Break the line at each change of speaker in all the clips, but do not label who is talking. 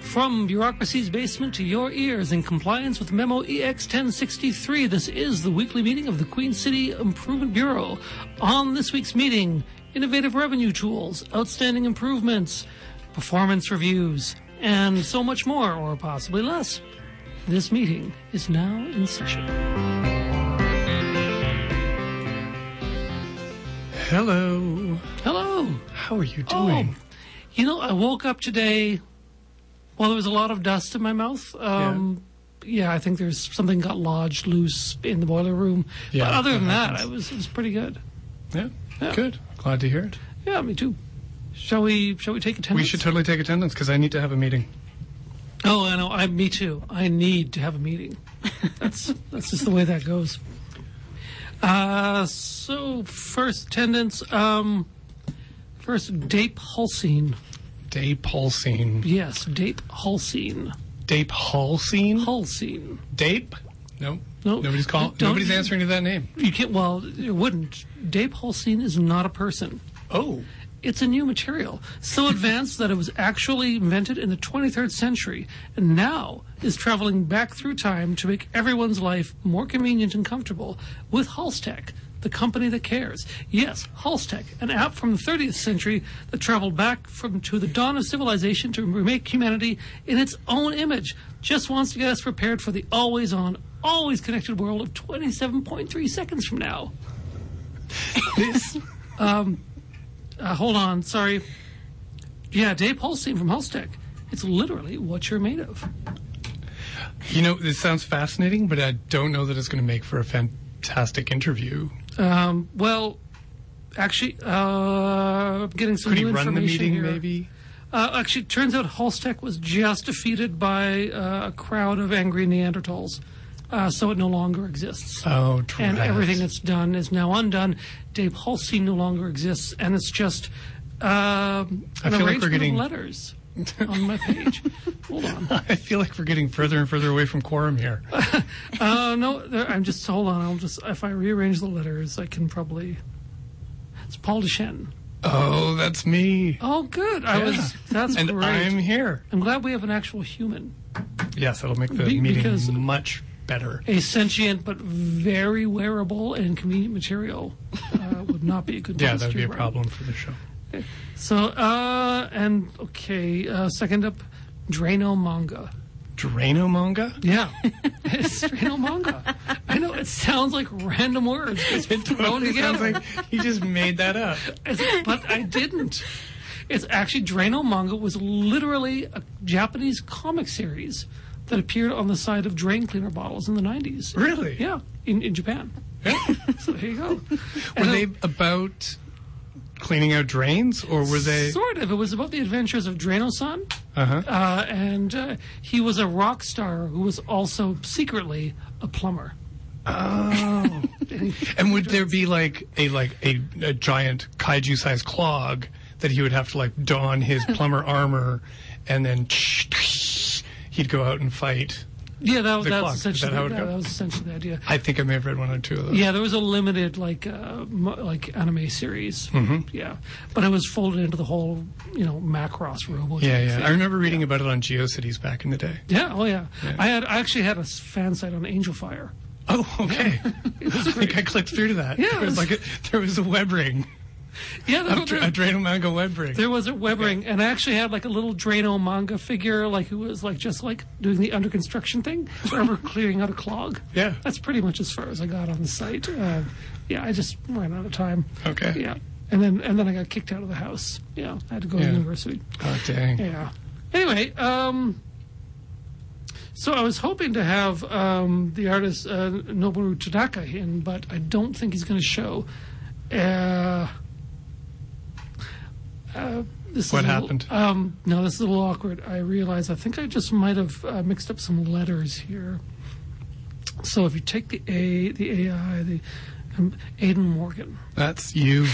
From bureaucracy's basement to your ears in compliance with Memo E EX 1063, this is the weekly meeting of the Queen City Improvement Bureau. On this week's meeting, innovative revenue tools, outstanding improvements, performance reviews, and so much more, or possibly less. This meeting is now in session.
Hello.
Hello.
How are you doing?
Oh, you know, I woke up today. Well, there was a lot of dust in my mouth. Um, yeah. I think there's something got lodged loose in the boiler room.
Yeah,
but other than
that
that, I
happens.
was it was pretty good.
Yeah.
Yeah.
Good. Glad to hear it.
Yeah, me too. Shall we? Shall we take
We
attendance?
should totally take attendance because I need to have a meeting.
Oh, I know. I me too. I need to have a meeting. That's that's just the way that goes. Uh, so first attendance. Um, first Dape Hulsine.
Dape Hulsine.
Yes, Dape Hulsine.
Dape Hulsine?
Hulsine.
Dape? No.
No,
Nobody's calling.
don't-
Nobody's answering to that name.
You can't. Well, it wouldn't. Dave Holstein is not a person.
Oh.
It's a new material, so advanced that it was actually invented in the 23rd century, and now is traveling back through time to make everyone's life more convenient and comfortable with Halstech, the company that cares. Yes, Halstech, an app from the 30th century that traveled back from to the dawn of civilization to remake humanity in its own image. Just wants to get us prepared for the always-on, always-connected world of 27.3 seconds from now. Uh, hold on, sorry. Yeah, Dave Holstein from Holstech. It's literally what you're made of.
You know, this sounds fascinating, but I don't know that it's going to make for a fantastic interview.
Um, well, actually, uh, I'm getting some
Could he
new
run the
information
meeting,
here.
maybe?
Uh, actually, it turns out Holstech was just defeated by uh, a crowd of angry Neanderthals, uh, so it no longer exists.
Oh,
and
drat.
everything that's done is now undone. Dave Holstein no longer exists, and it's just um
I
an
feel like we're
arrangement
getting-
of letters on my page. Hold on.
I feel like we're getting further and further away from quorum here.
Uh, no, there, I'm just hold on. I'll just if I rearrange the letters, I can probably. It's Paul Duchenne.
oh, that's me.
Oh, good. I was. That's
and
great.
I'm here.
I'm glad we have an actual human,
Yes, that'll make the
Be-
meeting
because-
much better.
a sentient but very wearable and convenient material. Uh, would not be a good.
Yeah,
place
that would
to
be a
run.
problem for the show.
So, uh, and okay, uh, second up, Drano manga.
Drano manga?
Yeah, it's Drano manga. I know it sounds like random words. It's thrown
It
together.
sounds like he just made that up.
It's- but I didn't. It's actually Drano Manga was literally a Japanese comic series that appeared on the side of drain cleaner bottles in the 90s.
Really?
Yeah, in, in Japan. so there you go.
Were
And
they
it-
about cleaning out drains, or were they?
Sort of. It was about the adventures of Drano-san,
Uh-huh.
uh, and uh, he was a rock star who was also secretly a plumber.
Oh. and would there be like a like a, a giant kaiju-sized clog that he would have to like don his plumber armor, and then he'd go out and fight?
Yeah, that,
The
that's
clock. Is that
essentially
how it
yeah,
goes?
that was essentially the idea.
I think I may have read one or two of those.
Yeah, there was a limited like uh, mo- like anime series.
Mm-hmm.
Yeah, but it was folded into the whole you know Macross Robo.
Yeah, yeah.
Thing.
I remember reading about it on GeoCities back in the day.
Yeah, oh yeah.
Yeah.
I had I actually had a s- fan site on Angel Fire.
Oh, okay. I think I clicked through to that.
Yeah,
there
it
was
was-
like a, there was a web ring,
Yeah,
a,
there,
dra-
there,
a Drano manga web ring.
there was a web ring, and I actually had like a little Drano manga figure, like who was like just like doing the under construction thing, or we're clearing out a clog.
Yeah.
that's pretty much as far as I got on the site. Uh, yeah, I just ran out of time.
Okay.
Yeah, and then and then I got kicked out of the house. Yeah, I had to go
Yeah.
to university.
Oh dang.
Yeah. Anyway, um, so I was hoping to have um, the artist uh, Noboru Tadaka in, but I don't think he's going to show. Uh, uh, this is
What
a little-
happened?
um, no, this is a little awkward. I realize I think I just might have uh, mixed up some letters here. So if you take the A, the AI, the um, Aiden Morgan.
That's you,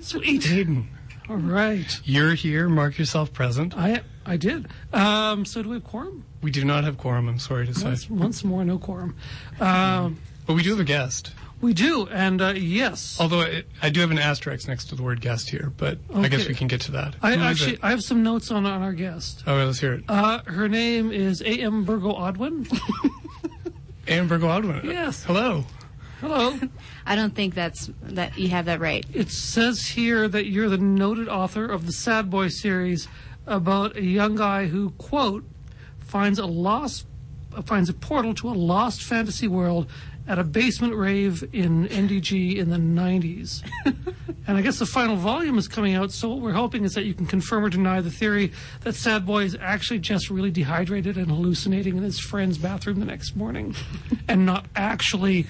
Sweet.
Aiden.
All right.
You're here. Mark yourself present.
I I did. Um, so do we have quorum?
We do not have quorum. I'm sorry to say,
Once, once more, no quorum. Um,
but we do have a guest.
We do, and uh, yes.
Although I, I do have an asterisk next to the word guest here, but I guess
Okay.
we can get to that.
I
Who is
actually
it?
I have some notes on on our guest.
Oh, let's hear it.
Uh, her name is A.M. Burgo Odwin.
Amber Godwin.
yes.
Hello.
Hello.
I don't think that's that you have that right.
It says here that you're the noted author of the Sad Boy series about a young guy who, quote, finds a lost, uh, finds a portal to a lost fantasy world at a basement rave in NDG in the 90s. and I guess the final volume is coming out, so what we're hoping is that you can confirm or deny the theory that Sad Boy is actually just really dehydrated and hallucinating in his friend's bathroom the next morning and not actually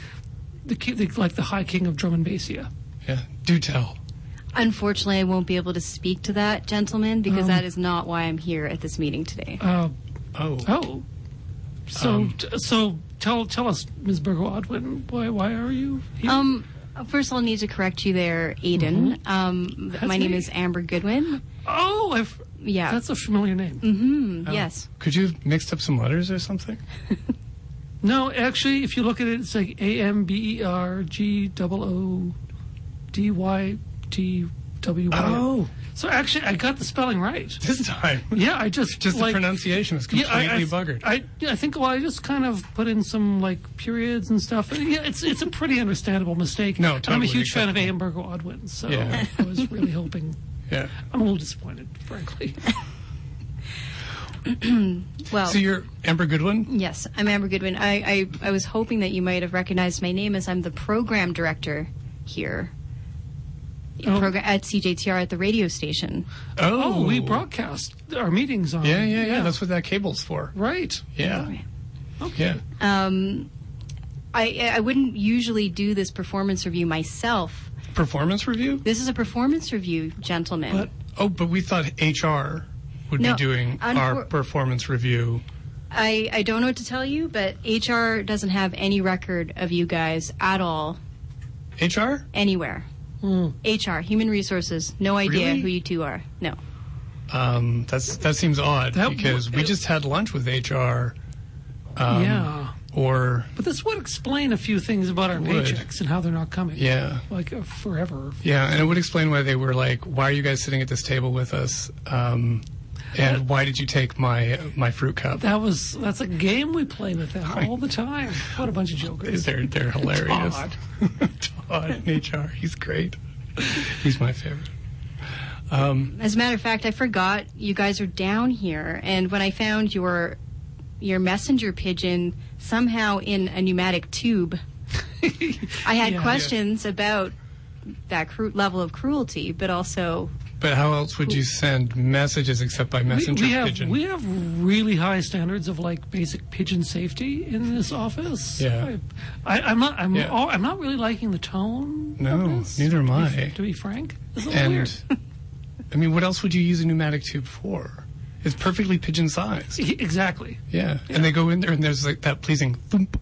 the, ki- the like the High King of Drum and Bassia.
Yeah. Do tell.
Unfortunately, I won't be able to speak to that gentleman because that is not why I'm here at this meeting today.
Um. Uh,
Oh.
oh, so
Um,
t- so tell tell us, Ms. Burgo Odwin, why why are you here?
Um, first I'll need to correct you there, Aiden. Um,
Mm-hmm. That's
my name
me.
is Amber Goodwin.
oh, I've,
Yeah. Mm,
that's oh. a familiar name.
Yes.
Could you have mixed up some letters or something?
No, actually, if you look at it, it's like A M B E R G O O D Y T W Y.
Oh.
so actually, I got the spelling right.
This time.
Yeah, I just
Just
like,
the pronunciation was completely
I, I,
buggered.
I, yeah, I think well, I just kind of put in some like periods and stuff. And, yeah, it's it's a pretty understandable mistake. And
No,
I'm a
totally
huge fan of A.M. Burgo Odwin, so
Yeah.
I was really hoping.
yeah.
I'm a little disappointed, frankly.
Well.
Oh.
So you're Amber Goodwin?
Yes, I'm Amber Goodwin. I, I, I was hoping that you might have recognized my name as I'm the program director here
Oh.
Program- at CJTR at the radio station.
Oh, we broadcast our meetings on.
Yeah, yeah, yeah, That's what that cable's for.
right.
Yeah.
Okay.
Yeah.
Um, I, I wouldn't usually do this performance review myself.
Performance review?
This is a performance review, gentlemen.
But-
Oh, but we thought HR would
No,
be doing
unfor-
our performance review.
I, I don't know what to tell you, but HR doesn't have any record of you guys at all,
HR?
anywhere. HR, human resources, no idea
Really?
who you two are. No.
Um, that's that seems odd
That
because
w-
we just had lunch with HR Um,
yeah.
or
But this would explain a few things about our
would.
paychecks and how they're not coming.
yeah.
Like uh, forever.
Yeah, and it would explain why they were like, "Why are you guys sitting at this table with us?" Um,
Uh,
and why did you take my my fruit cup?
That was that's a game we play with them all the time. What a bunch of jokers.
They're they're hilarious.
Todd.
Todd in HR, he's great. He's my favorite. Um,
As a matter of fact, I forgot you guys are down here, and when I found your your messenger pigeon somehow in a pneumatic tube, I had
Yeah.
questions about that cru- level of cruelty, but also
But how else would you send messages except by
We,
messenger
we have
pigeon?
we have really high standards of like basic pigeon safety in this office.
Yeah.
I, I, am not. I'm.
Yeah.
all- I'm not really liking the tone. of
No,
this,
neither am
to be-
I.
To be frank, it's a little weird.
And I mean, what else would you use a pneumatic tube for? It's perfectly pigeon sized.
E- Exactly.
Yeah. And they go in there and there's like that pleasing thump.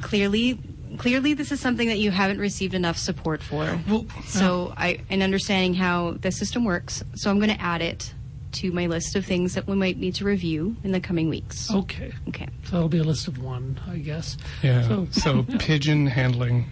clearly clearly this is something that you haven't received enough support for.
Well,
Oh.
So I, in understanding how the system works, so I'm going to add it to my list of things that we might need to review in the coming weeks.
Okay.
Okay.
So that'll be a list of one, I guess.
Yeah.
So-
So, pigeon handling.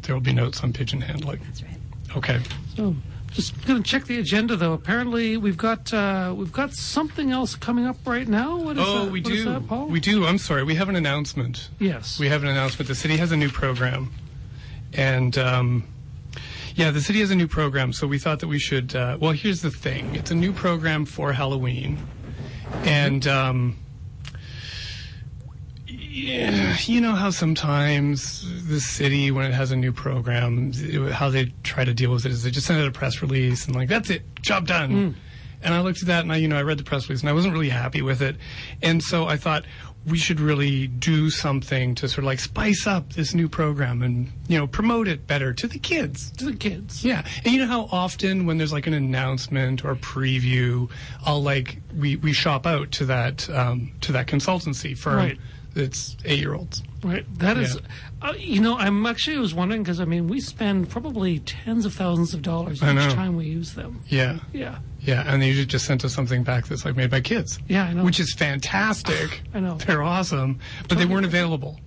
There will be notes on pigeon handling.
That's right.
Okay.
So just going to check the agenda though. Apparently we've got uh, we've got something else coming up right now. What is
Oh,
that?
we
What is
do.
that, Paul?
we do. I'm sorry. We have an announcement.
Yes.
We have an announcement. The city has a new program, and um, yeah, the city has a new program. So we thought that we should. Uh, well, here's the thing. It's a new program for Halloween, and um, yeah, you know how sometimes the city, when it has a new program, it- how they try to deal with it is they just send out a press release and like that's it, job done. And I looked at that and I, you know, I read the press release and I wasn't really happy with it, and so I thought we should really do something to sort of like spice up this new program and you know promote it better to the kids.
to the kids.
Yeah, and you know how often when there's like an announcement or preview, I'll like we we shop out to that um, to that consultancy firm
Right.
It's eight year olds.
Right. That is,
Yeah.
uh, you know, I'm actually was wondering because I mean, we spend probably tens of thousands of dollars
I
each
know.
time we use them.
Yeah.
Yeah.
Yeah. And they usually just sent us something back that's like made by kids.
Yeah, I know.
Which is fantastic.
I know.
They're awesome. But they
Totally
weren't
worth it.
available.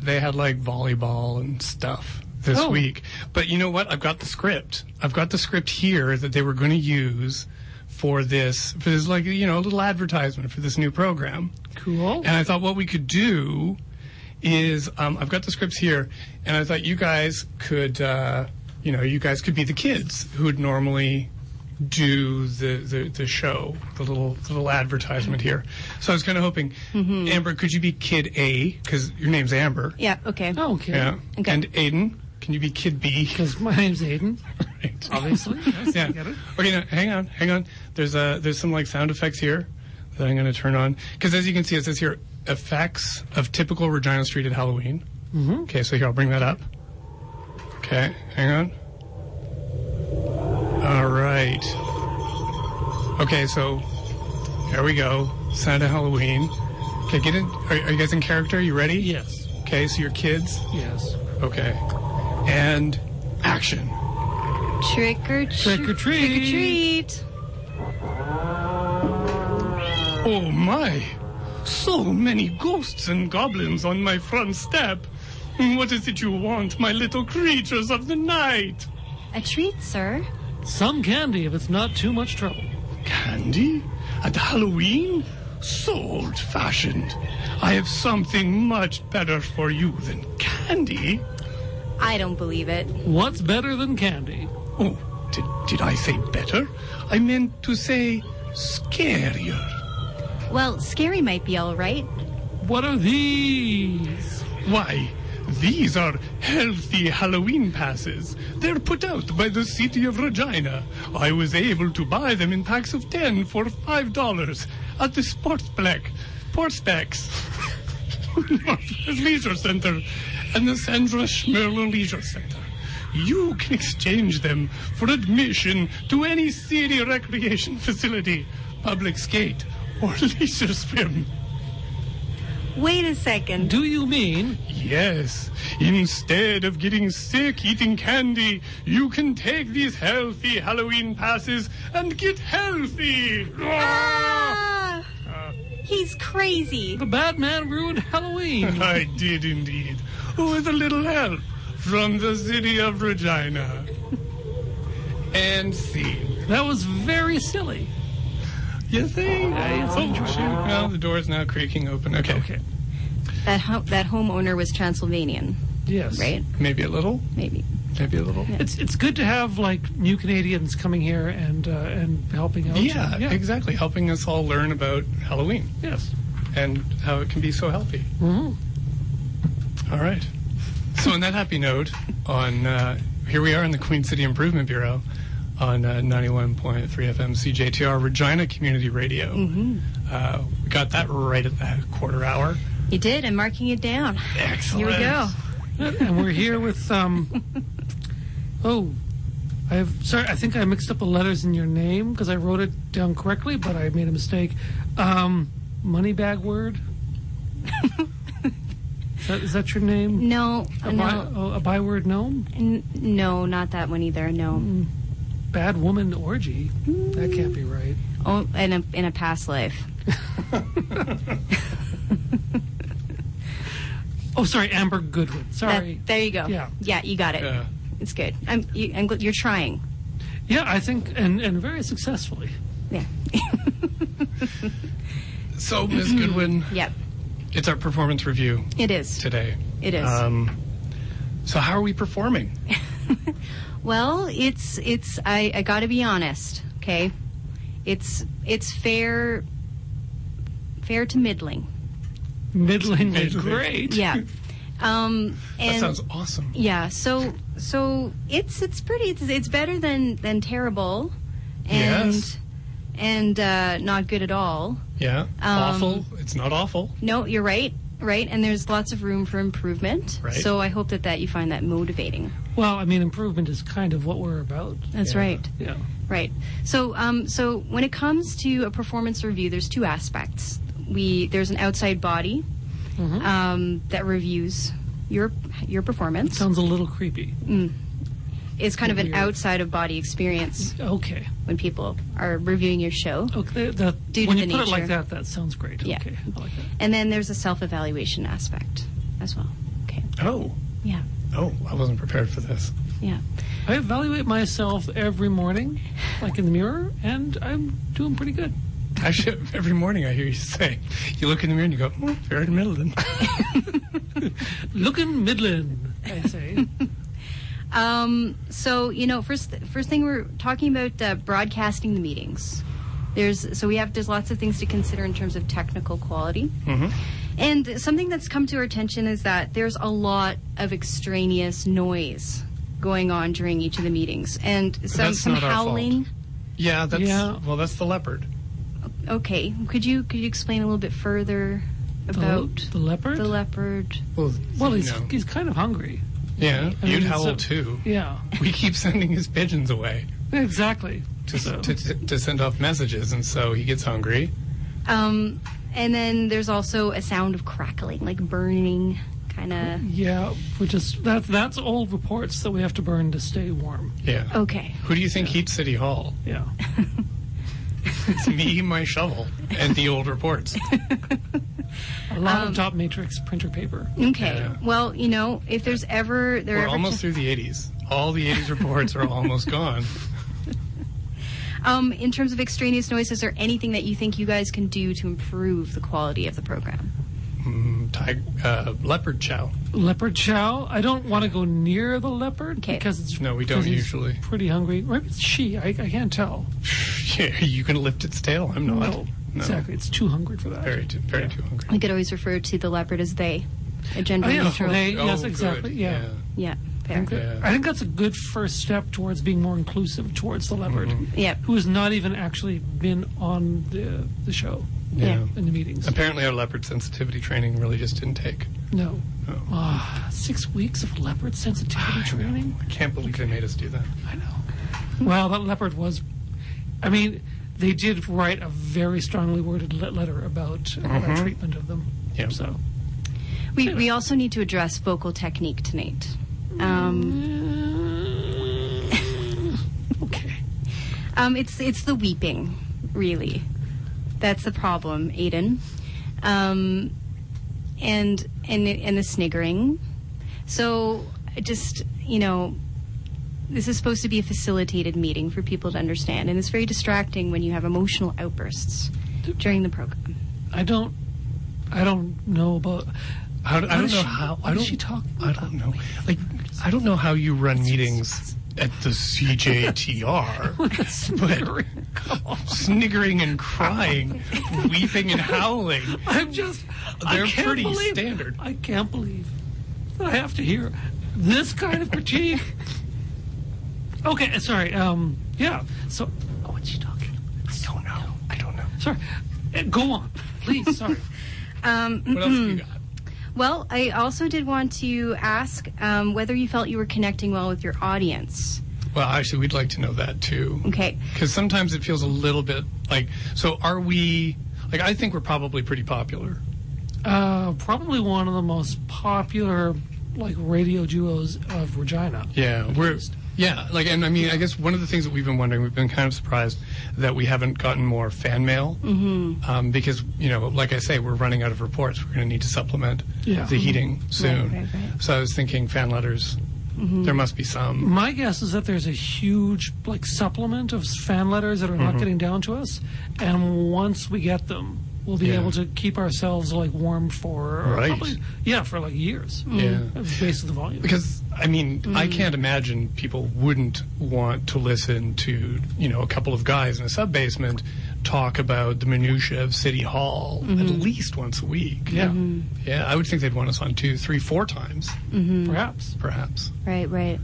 They had like volleyball and stuff this
Oh.
week. But you know what? I've got the script. I've got the script here that they were going to use for this, for this like, you know, a little advertisement for this new program.
Cool.
And I thought what we could do is um, I've got the scripts here, and I thought you guys could, uh, you know, you guys could be the kids who would normally do the, the, the show, the little the little advertisement here. So I was kind of hoping, Amber, could you be Kid A because your name's Amber?
Mm-hmm. Yeah, okay.
okay.
Yeah.
Okay.
And Aiden, can you be Kid B?
Because my name's Aiden,
Right.
obviously. Yes, I
Yeah.
get it.
Okay, now, hang on, hang on. There's uh, there's some like sound effects here that I'm going to turn on because as you can see, it says here effects of typical Regina Street at Halloween. Mm-hmm. Okay, so here I'll bring that up. Okay, hang on. All right. Okay, so here we go. Sound of Halloween. Okay, get in. Are, are you guys in character? You ready?
Yes.
Okay, so your kids.
Yes.
Okay. And action.
Trick or treat.
Trick or treat.
Trick or treat.
Oh my! So many ghosts and goblins on my front step. What is it you want, my little creatures of the night?
A treat, sir.
Some candy if it's not too much trouble.
Candy? At Halloween? So old fashioned. I have something much better for you than candy.
I don't believe it.
What's better than candy?
Oh, did, did I say better? I meant to say scarier.
Well, scary might be all right.
What are these?
Why, these are healthy Halloween passes. They're put out by the city of Regina. I was able to buy them in packs of 10 for $5 at the Sportsplex. Sportsplex. Northwest Leisure Center and the Sandra Schmirler Leisure Center. You can exchange them for admission to any city recreation facility, public skate, or leisure swim.
Wait a second.
Do you mean?
Yes. Instead of getting sick eating candy, you can take these healthy Halloween passes and get healthy.
Ah! He's crazy.
The bad man ruined Halloween.
I did indeed. With a little help from the city of Regina. And scene.
that was very silly.
You think?
it's
oh, shoot. No, the door's now creaking open. Okay.
Okay.
That ho- that homeowner was Transylvanian,
Yes.
right?
Maybe a little.
Maybe.
Maybe a little.
It's it's good to have like new Canadians coming here and uh, and helping out.
Yeah, exactly. Helping us all learn about Halloween.
Yes.
and how it can be so healthy. All right. So, on that happy note, on uh, here we are in the Queen City Improvement Bureau on uh, 91.3 FM CJTR Regina Community Radio. Uh, we got that right at the quarter hour.
You did, I'm marking it down.
Excellent.
Here we go.
and we're here with um. Oh, I've sorry. I think I mixed up the letters in your name because I wrote it down correctly, but I made a mistake. Um, money bag word. is, that, is that your name?
No,
A, by,
no,
oh, a byword gnome.
n- no, not that one either.
Mm.
No.
Bad woman orgy. That can't be right.
Oh, in a in a past life.
Oh, sorry, Amber Goodwin.
That-
Sorry.
there you go.
Yeah.
you got it.
Yeah.
It's good. I'm, you, I'm gl- you're trying.
yeah, I think and and very successfully.
Yeah.
So, Ms. Goodwin,
Yep.
it's our performance review
It is.
today.
It is.
Um, so, how are we performing?
Well, it's it's I, I got to be honest, okay? It's it's fair fair to middling.
Middlingly
Middling.
great.
Yeah. Um and
That sounds awesome.
yeah, so so it's it's pretty it's it's better than than terrible and
Yes.
and uh not good at all.
Yeah. awful. It's not awful.
No, you're right. Right? And there's lots of room for improvement.
Right.
So I hope that that you find that motivating.
Well, I mean, improvement is kind of what we're about.
That's
Yeah.
right.
Yeah.
Right. So, um, so when it comes to a performance review, there's two aspects. We there's an outside body,
Mm-hmm.
um, that reviews your your performance.
Oh,
Sounds a little creepy.
It's kind of an
weird.
outside of body experience
Okay.
when people are reviewing your show.
Okay. That,
Due to
when you
the
put it like
nature.
that, that sounds great.
Yeah.
Okay. I like that.
And then there's a self evaluation aspect as well. Okay.
Oh,
Yeah.
oh, I wasn't prepared for this.
Yeah.
I evaluate myself every morning, like in the mirror, and I'm doing pretty good.
Actually, every morning I hear you say, you look in the mirror and you go, oh, Jared Middleton.
Looking Midland, I say.
Um, so you know, first first thing we're talking about uh, broadcasting the meetings. There's so we have there's lots of things to consider in terms of technical quality.
Mm-hmm.
And something that's come to our attention is that there's a lot of extraneous noise going on during each of the meetings, and some
that's
some
not our fault.
howling.
Yeah, that's
Yeah.
well, that's the leopard.
Okay, could you could you explain a little bit further
The,
about
the leopard?
the leopard?
Well,
well,
you
he's,
know.
he's kind of hungry.
yeah,
I mean,
you'd
it's
howl
a-
too.
Yeah.
We keep sending his pigeons away
Exactly.
to,
So-
to, to send off messages, and so he gets hungry.
Um, and then there's also a sound of crackling, like burning, kind of.
yeah, which is that, that's old reports that we have to burn to stay warm.
Yeah.
Okay.
Who do you think heats City Hall?
Yeah.
It's me, my shovel, and the old reports.
A lot of top matrix printer paper.
Okay.
Yeah.
Well, you know, if there's ever there
We're
ever
almost through the 80s. All the 80s reports are almost gone.
um, in terms of extraneous noises, is there anything that you think you guys can do to improve the quality of the program?
Mm, tig- uh, leopard chow.
Leopard chow. I don't want to go near the leopard
Okay.
because it's
No, we don't
because he's
usually.
Pretty hungry. Maybe it's she. I, I can't tell.
Yeah, you can lift its tail. I'm not.
No, exactly. It's too hungry for that.
Very, too, very too hungry.
We could always refer to the leopard as they, a gender
Oh, yeah.
neutral.
They- yes,
good.
exactly. Yeah.
Yeah.
I
Fair.
think, that-
Yeah.
I think that's a good first step towards being more inclusive towards the leopard,
Mm-hmm.
Yep.
who has not even actually been on the the show
Yeah.
Yeah.
in the meetings.
Apparently, our leopard sensitivity training really just didn't take.
No,
No.
Ah, six weeks of leopard sensitivity training.
Oh. I can't believe they made us do that.
I know. Well, that leopard was. I mean, they did write a very strongly worded le- letter about, about our treatment of them.
Mm-hmm. Yeah.
So
We we also need to address vocal technique tonight. Um,
okay.
um, it's it's the weeping, really. That's the problem, Aiden. Um, and and and the sniggering. So just you know, this is supposed to be a facilitated meeting for people to understand, and it's very distracting when you have emotional outbursts during the program.
I don't. I don't know about.
How, do- I
What
don't
is
know
she-
how.
what
I
is
don't.
she talking
I don't know. Like, I don't know how you run meetings at the CJTR.
sniggering.
Sniggering and crying, weeping and howling.
I'm just.
They're
I can't
pretty
believe,
standard.
I can't believe that I have to hear this kind of critique. okay, sorry. Um, yeah. So, oh, what's she talking? about?
I don't know. I don't know.
Sorry. Uh, Go on, please. Sorry.
What else
Mm-hmm.
you got?
Well, I also did want to ask um, whether you felt you were connecting well with your audience.
Well, actually, we'd like to know that too.
Okay.
Because sometimes it feels a little bit like, so are we, like, I think we're probably pretty popular.
Uh, probably one of the most popular like radio duos of Regina.
Yeah. We're, yeah. Like, and I mean, I guess one of the things that we've been wondering, we've been kind of surprised that we haven't gotten more fan mail. Mm-hmm. Um, because, you know, like I say, we're running out of reports. We're going to need to supplement
Yeah.
the heating soon.
right, right.
So I was thinking fan letters. There must be some.
My guess is that there's a huge like supplement of fan letters that are not getting down to us, and once we get them, we'll be
Yeah.
able to keep ourselves like warm for or
Right.
probably- yeah for like years.
Yeah.
based on the volume.
Because I mean, I can't imagine people wouldn't want to listen to you know a couple of guys in a sub basement talk about the minutia of City Hall at least once a week.
yeah,
yeah, I would think they'd want us on two, three, four times,
perhaps.
perhaps.
Right, right.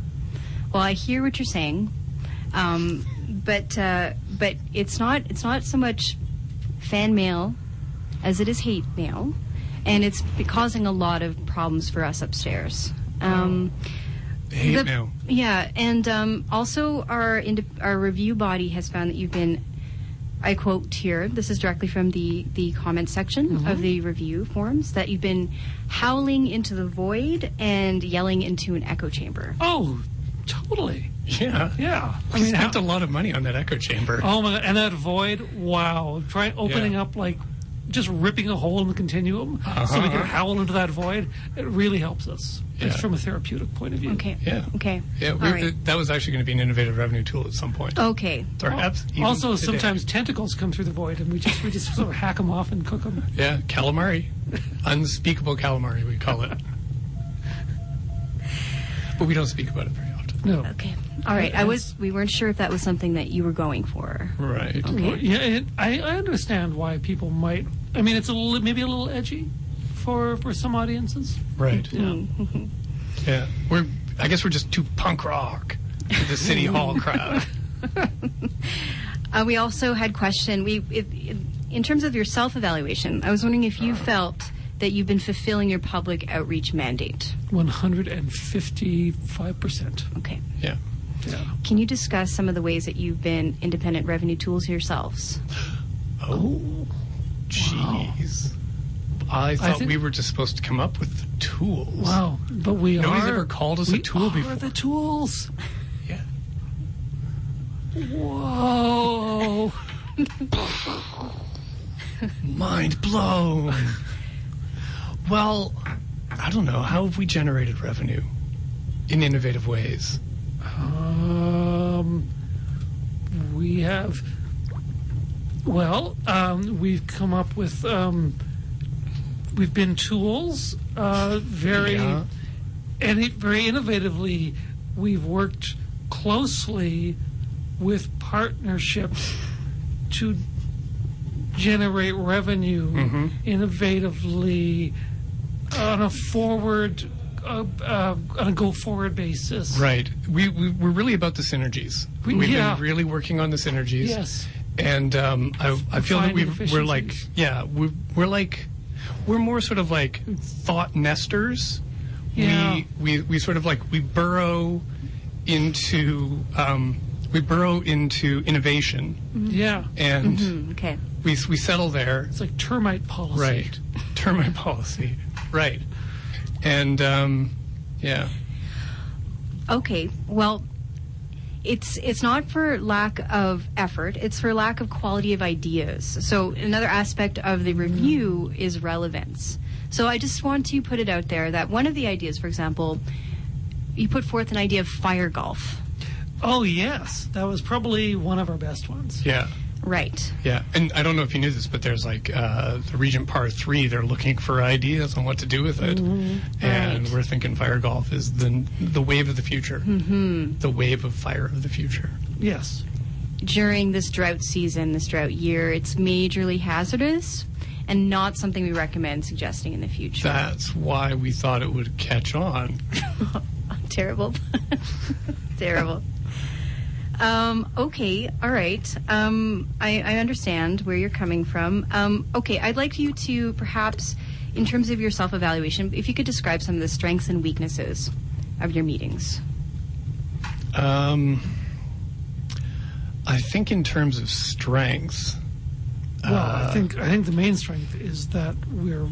Well, I hear what you're saying, um, but uh, but it's not it's not so much fan mail as it is hate mail, and it's be- causing a lot of problems for us upstairs. Um,
Hate
the-
mail.
Yeah, and um, also our ind- our review body has found that you've been I quote here, this is directly from the, the comment section mm-hmm. of the review forums, that you've been howling into the void and yelling into an echo chamber.
Oh, totally.
Yeah.
Yeah.
I mean, spent how- a lot of money on that echo chamber.
Oh, my God. And that void, wow. Try opening yeah. up, like, just ripping a hole in the continuum uh-huh. so we can howl into that void. It really helps us. Yeah. It's from a therapeutic point of view.
Okay.
Yeah.
Okay.
Yeah. Right. That was actually going to be an innovative revenue tool at some point.
Okay.
Perhaps.
Oh. also, today. sometimes tentacles come through the void, and we just we just sort of hack them off and cook them.
Yeah, calamari, unspeakable calamari, we call it. but we don't speak about it very often.
No.
Okay. All right. I was. We weren't sure if that was something that you were going for.
Right.
Okay. Yeah. It, I, I understand why people might. I mean, it's a little, maybe a little edgy for for some audiences.
Right.
Mm-hmm.
Yeah. yeah. We're. I guess we're just too punk rock for the city hall crowd.
uh, we also had question. We, if, in terms of your self evaluation, I was wondering if
Uh-huh.
you uh. felt that you've been fulfilling your public outreach mandate?
155%.
Okay.
Yeah. yeah.
Can you discuss some of the ways that you've been independent revenue tools yourselves?
Oh, jeez. Wow. I thought I think, we were just supposed to come up with the tools.
Wow, but we
Nobody's
are,
ever called us
we
a tool
are
before.
the tools.
Yeah.
Whoa.
Mind blown. Well, I don't know. How have we generated revenue in innovative ways?
Um, we have. Well, um, we've come up with. Um, we've been tools, uh, very, yeah. and it, very innovatively. We've worked closely with partnerships to generate revenue mm-hmm. innovatively on a forward uh, uh, on a go forward basis.
Right. We, we are really about the synergies. We, have yeah. been really working on the synergies.
Yes.
And um, I I feel Finding that we we're like yeah we we're like we're more sort of like thought nesters.
Yeah.
We we we sort of like we burrow into. Um, we burrow into innovation.
Mm-hmm. Yeah.
And
mm-hmm. okay.
we, we settle there.
It's like termite policy.
Right. Termite policy. Right. And, um, yeah.
Okay. Well, it's it's not for lack of effort it's for lack of quality of ideas so another aspect of the review mm-hmm. is relevance so i just want to put it out there that one of the ideas for example you put forth an idea of fire golf
Oh yes, that was probably one of our best ones.
Yeah.
Right.
Yeah, and I don't know if you knew this, but there's like uh, the Regent Par Three. They're looking for ideas on what to do with it,
mm-hmm.
and
right.
we're thinking fire golf is the the wave of the future,
mm-hmm.
the wave of fire of the future.
Yes.
During this drought season, this drought year, it's majorly hazardous and not something we recommend suggesting in the future.
That's why we thought it would catch on.
Terrible. Terrible. Um, okay, all right. Um, I, I, understand where you're coming from. Um, okay, I'd like you to perhaps, in terms of your self evaluation, if you could describe some of the strengths and weaknesses of your meetings.
Um, I think, in terms of strengths.
Well, uh, I think I think the main strength is that we're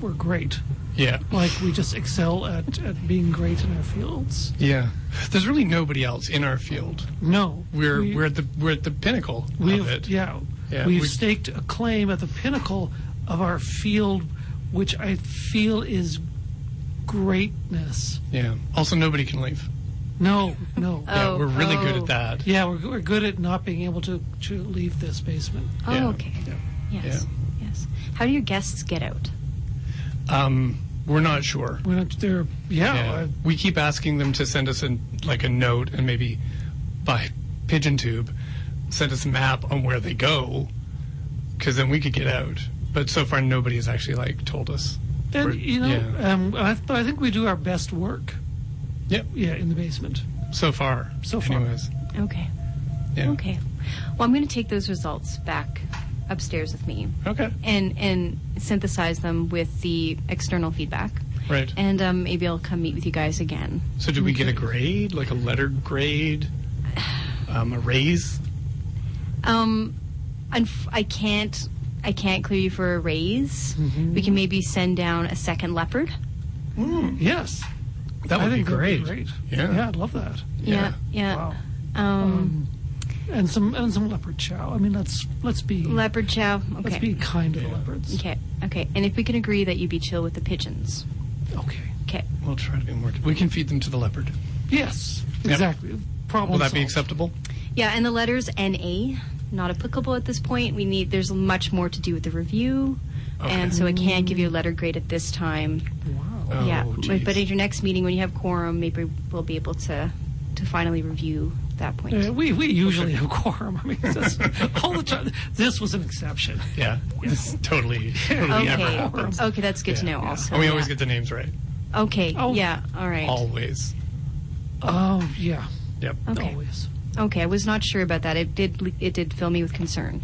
we're great.
Yeah.
Like we just excel at, at being great in our fields.
Yeah. There's really nobody else in our field.
No.
We're we, are we are at the we're at the pinnacle
we've,
of it.
Yeah.
yeah
we've, we've staked a claim at the pinnacle of our field which I feel is greatness.
Yeah. Also nobody can leave.
No, no.
oh,
yeah, we're really
oh.
good at that.
Yeah, we're, we're good at not being able to, to leave this basement.
Oh,
Yeah.
okay.
Yeah.
Yes.
Yeah.
Yes. How do your guests get out?
Um, we're not sure.
We're not there. Yeah. I-
we keep asking them to send us a, like a note and maybe by pigeon tube send us a map on where they go because then we could get out. But so far, nobody has actually like told us.
And
We're-
you know,
yeah.
um, I, th- I think we do our best work.
Yep.
Yeah, in the basement.
So far.
So far.
Anyways.
Okay.
Yeah.
Okay. Well, I'm going to take those results back upstairs with me
Okay.
and and synthesize them with the external feedback.
Right.
And um, maybe I'll come meet with you guys again.
So did we get a grade, like a letter grade, um, a raise?
Um, unf- I can't. I can't clear you for a raise.
Mm-hmm.
We can maybe send down a second leopard.
Yes.
That
I
would be
think that would
great. Yeah.
Yeah, I'd love that.
Yeah.
Yeah.
Wow.
Um,
And some and some leopard chow. I mean, let's let's be
leopard chow. Okay.
Um, let's be kind to the leopards.
Okay. Okay. And if we can agree that you be chill with the pigeons.
Okay.
Okay.
We'll try to be more. We can feed them to the leopard.
Yes.
Yep.
Exactly. Problem
Will that be
solved.
acceptable?
Yeah, and the letters NA not applicable at this point. We need there's much more to do with the review. And so I can't give you a letter grade at this time.
Wow.
Oh,
yeah. But,
geez.
but at your next meeting when you have quorum, maybe we'll be able to to finally review that point.
Uh, we we usually have quorum. I mean, that's all the time. This was an exception.
yeah, this totally, totally ever
okay.
happens.
Okay, that's good to know also.
and we always
yeah.
get the names right.
Okay.
Oh.
Yeah, all right.
Always.
Oh yeah.
Yep.
Okay.
Always.
Okay, I was not sure about that. It did it did fill me with concern.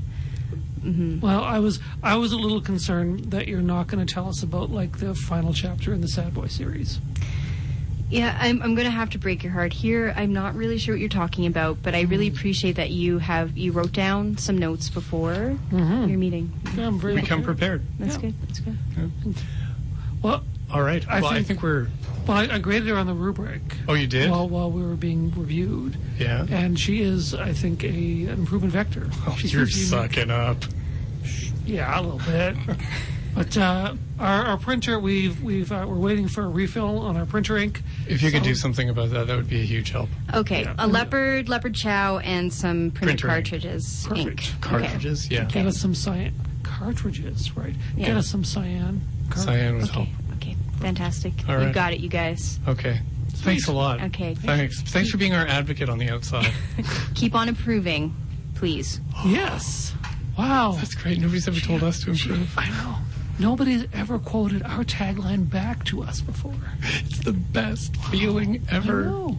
Well, I was I was a little concerned that you're not going to tell us about like the final chapter in the Sad Boy series.
Yeah, I'm, I'm going to have to break your heart here. I'm not really sure what you're talking about, but I really
Mm.
appreciate that you have you wrote down some notes before
Mm-hmm.
your meeting.
Yeah, I'm very
We come
prepared.
prepared.
That's
Yeah.
good. That's good.
Well,
All right.
I
well, I
think-
think we're.
well, I, I graded her on the rubric.
Oh, you did?
While while we were being reviewed,
yeah.
and she is, I think, a an improvement vector.
Oh,
She's
you're
15.
sucking up.
Yeah, a little bit. but uh, our, our printer, we've we've uh, we're waiting for a refill on our printer ink.
If you could do something about that, that would be a huge help.
Okay,
Yeah.
a leopard, leopard chow, and some printed
Printer ink.
cartridges.
Perfect.
Ink.
Cartridges, yeah.
Get us some cyan cartridges, right? Get
Yeah.
us some cyan. Car-
Cyan would
Okay. Okay. Fantastic.
All
You
right.
got it, you guys.
help. Okay. Thanks a lot.
Okay.
Thanks. Thanks for being our advocate on the outside.
Keep on improving, please.
Yes. Wow.
That's great. Nobody's ever told us to improve.
I know. Nobody's ever quoted our tagline back to us before.
It's the best feeling ever.
No.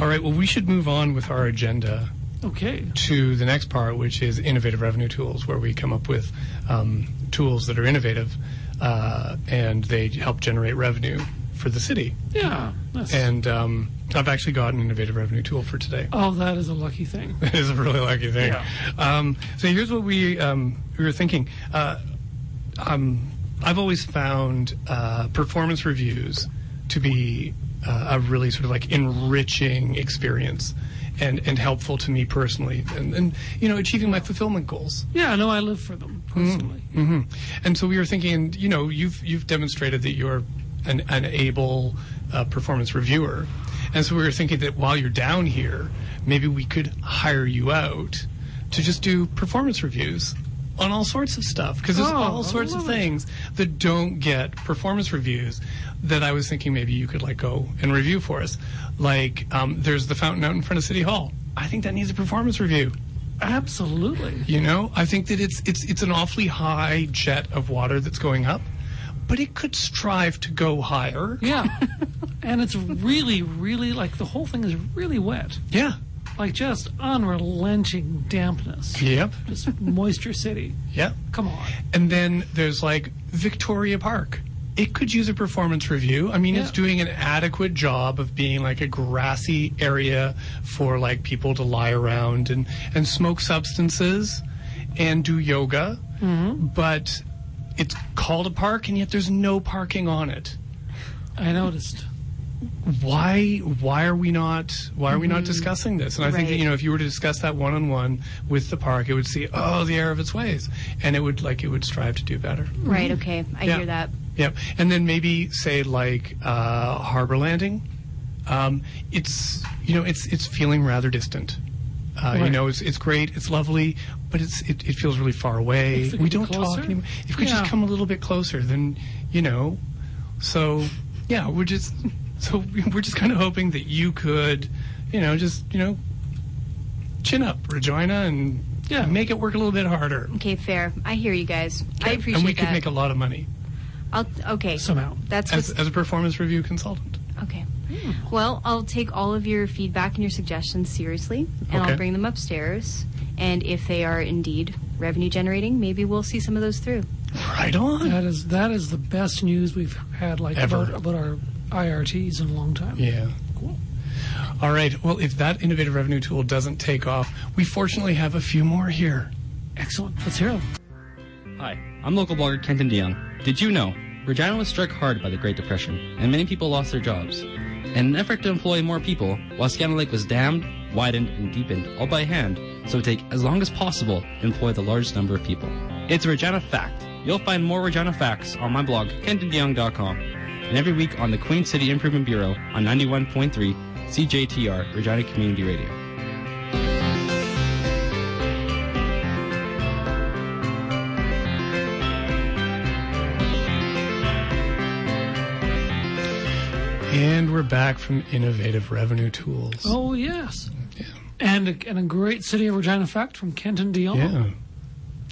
All right. Well, we should move on with our agenda.
Okay.
to the next part, which is innovative revenue tools, where we come up with um, tools that are innovative uh, and they help generate revenue for the city.
Yeah. That's,
And um, I've actually got an innovative revenue tool for today.
oh, that is a lucky thing.
It is a really lucky thing.
Yeah.
Um, so here's what we um, we were thinking. Uh, um, I've always found uh, performance reviews to be uh, a really sort of like enriching experience. And, and helpful to me personally, and, and you know, achieving my fulfillment goals.
Yeah, no, I live for them personally.
hmm And so we were thinking, you know, you've you've demonstrated that you're an, an able uh, performance reviewer, and so we were thinking that while you're down here, maybe we could hire you out to just do performance reviews on all sorts of stuff because there's
Oh,
all
I
sorts of
love it.
things that don't get performance reviews that I was thinking maybe you could like go and review for us. Like um, there's the fountain out in front of City Hall. I think that needs a performance review.
Absolutely.
You know, I think that it's it's it's an awfully high jet of water that's going up, but it could strive to go higher.
Yeah. and it's really, really like the whole thing is really wet.
Yeah.
Like just unrelenting dampness.
Yep.
Just moisture city.
Yep.
Come on.
And then there's like Victoria Park. It could use a performance review. I mean, it's
Yeah.
doing an adequate job of being like a grassy area for like people to lie around and, and smoke substances and do yoga. But it's called a park and yet there's no parking on it.
I noticed.
why why are we not why are we not discussing this? And I think that
Right.
you know if you were to discuss that one on one with the park, it would see oh the error of its ways, and it would like it would strive to do better.
Right, okay. I
Mm-hmm. Yeah.
hear that.
Yep. And then maybe say like uh, Harbor Landing, um, it's you know it's it's feeling rather distant. Uh, You
Right.
know it's it's great, it's lovely, but it's it, it feels really far away.
If it could
We
be
don't
closer.
talk anymore. If we could
Yeah.
just come a little bit closer, then you know. So yeah, we're just so we're just kind of hoping that you could, you know, just you know, chin up, Regina, and
Yeah.
make it work a little bit harder.
Okay, fair. I hear you guys. I appreciate
and we
that.
could make a lot of money
I'll, okay.
Somehow.
That's
as
what's
as a performance review consultant.
Okay. Well, I'll take all of your feedback and your suggestions seriously, and
Okay.
I'll bring them upstairs. And if they are indeed revenue generating, maybe we'll see some of those through.
Right on.
That is that is the best news we've had like
Ever.
about about our IRTs in a long time.
Yeah.
Cool.
All right. Well, if that innovative revenue tool doesn't take off, we fortunately have a few more here.
Excellent. Let's hear them.
Hi, I'm local blogger Kenton DeYoung. Did you know? Regina was struck hard by the Great Depression, and many people lost their jobs. In an effort to employ more people, Wascana Lake was dammed, widened, and deepened all by hand, so it would take as long as possible to employ the largest number of people. It's a Regina fact. You'll find more Regina facts on my blog, KentonDeYoung.com, and every week on the Queen City Improvement Bureau on 91.3 CJTR, Regina Community Radio.
And we're back from innovative revenue tools.
Oh yes. And a, and a great city of Regina fact from Kenton DeYoung.
Yeah.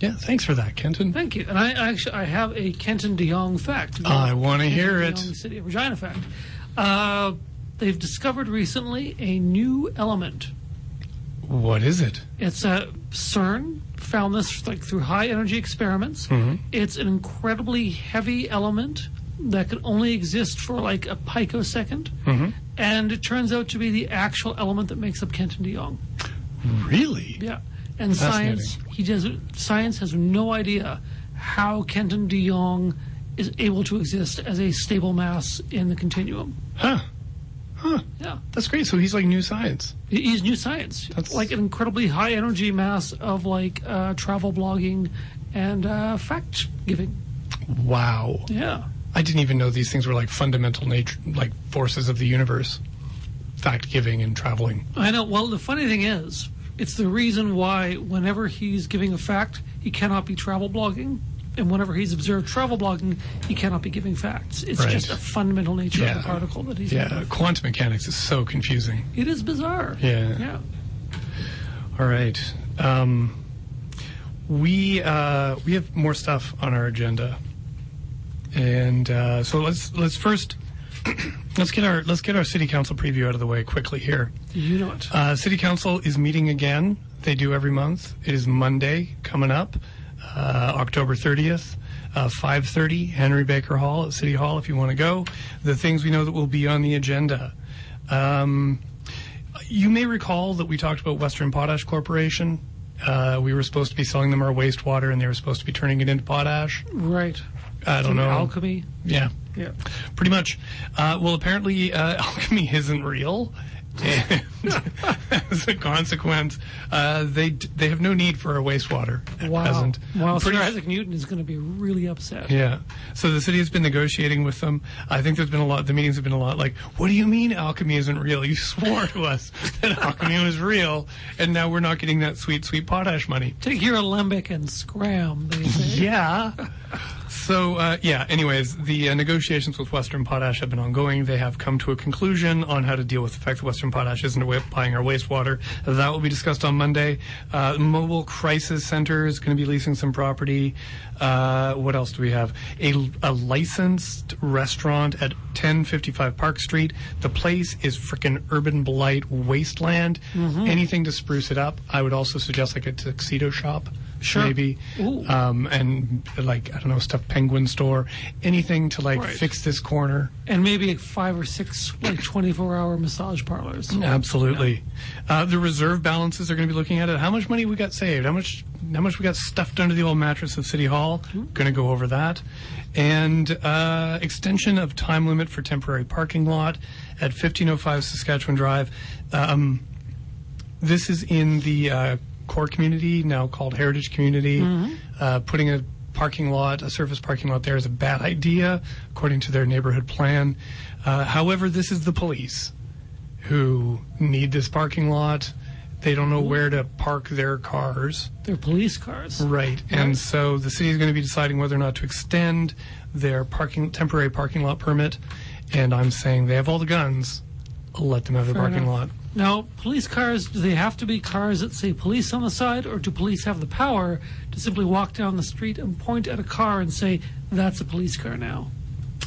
Yeah, thanks for that, Kenton.
Thank you. And I actually I have a Kenton DeYoung fact.
I wanna
Kenton
Uh, hear it.
DeYoung City of Regina fact. Uh, they've discovered recently a new element.
What is it?
It's a CERN found this like through high energy experiments.
Mm-hmm.
It's an incredibly heavy element that can only exist for like a picosecond,
Mm-hmm.
and it turns out to be the actual element that makes up Kenton de Jong.
Really?
Yeah, and
Fascinating.
science he does science has no idea how Kenton de Jong is able to exist as a stable mass in the continuum.
Huh.
Yeah.
That's great. So he's like new science.
He- He's new science,
That's-
like an incredibly high energy mass of like uh, travel blogging and uh, fact giving.
Wow.
Yeah,
I didn't even know these things were like fundamental nature, like forces of the universe. Fact giving and traveling.
I know. Well, the funny thing is, it's the reason why whenever he's giving a fact, he cannot be travel blogging, and whenever he's observed travel blogging, he cannot be giving facts. It's
Right.
just a fundamental nature of
Yeah.
the particle that he's.
Yeah, quantum mechanics is so confusing.
It is bizarre.
Yeah.
Yeah.
All right. Um, we uh, we have more stuff on our agenda, and uh, so let's let's first let's get our let's get our city council preview out of the way quickly here.
You know it.
Uh, City Council is meeting again. They do every month. It is Monday coming up, uh, October 30th, uh, 5:30, Henry Baker Hall at City Hall. If you want to go, the things we know that will be on the agenda. Um, you may recall that we talked about Western Potash Corporation. Uh, we were supposed to be selling them our wastewater, and they were supposed to be turning it into potash.
right.
I don't know.
Alchemy.
Yeah,
Yeah.
pretty much. Uh, well, apparently, uh, alchemy isn't real. And as a consequence, uh, they d- they have no need for a wastewater at
Wow.
present.
Wow.
Pretty-
Sir Isaac Newton is going to be really upset.
yeah. So the city has been negotiating with them. I think there's been a lot. The meetings have been a lot like, "What do you mean alchemy isn't real? You swore to us that alchemy was real, and now we're not getting that sweet, sweet potash money."
Take your alembic and scram. They say.
Yeah. So uh, yeah. Anyways, the uh, negotiations with Western Potash have been ongoing. They have come to a conclusion on how to deal with the fact that Western Potash isn't away- buying our wastewater. That will be discussed on Monday. Uh, Mobile Crisis Center is going to be leasing some property. Uh, what else do we have? A, a licensed restaurant at 1055 Park Street. The place is frickin' urban blight wasteland. Anything to spruce it up. I would also suggest like a tuxedo shop.
Sure.
Maybe
Ooh.
um, and like I don't know stuffed penguin store, anything to like
Right.
fix this corner.
And maybe like five or six like 24 hour massage parlors.
Absolutely, uh, the reserve balances are going to be looking at it. How much money we got saved? How much? How much we got stuffed under the old mattress of City Hall? Going to go over that, and uh, extension of time limit for temporary parking lot at 1505 Saskatchewan Drive. Um, this is in the uh, core community now called heritage community uh, putting a parking lot a surface parking lot there is a bad idea according to their neighborhood plan uh, however this is the police who need this parking lot they don't know where to park their cars
They're police cars.
Right, and so the city is going to be deciding whether or not to extend their parking temporary parking lot permit. And I'm saying they have all the guns. Let them have the
Fair
parking
enough.
lot.
Now, police cars, do they have to be cars that say police on the side, or do police have the power to simply walk down the street and point at a car and say, that's a police car now?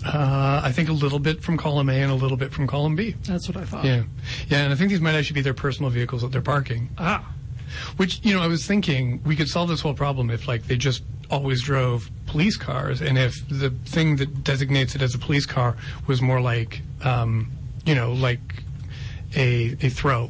Uh, I think a little bit from column A and a little bit from column B.
That's what I thought.
Yeah, yeah, and I think these might actually be their personal vehicles that they're parking.
Ah,
Which you know, I was thinking we could solve this whole problem if like they just always drove police cars, and if the thing that designates it as a police car was more like, um, you know, like a a throw.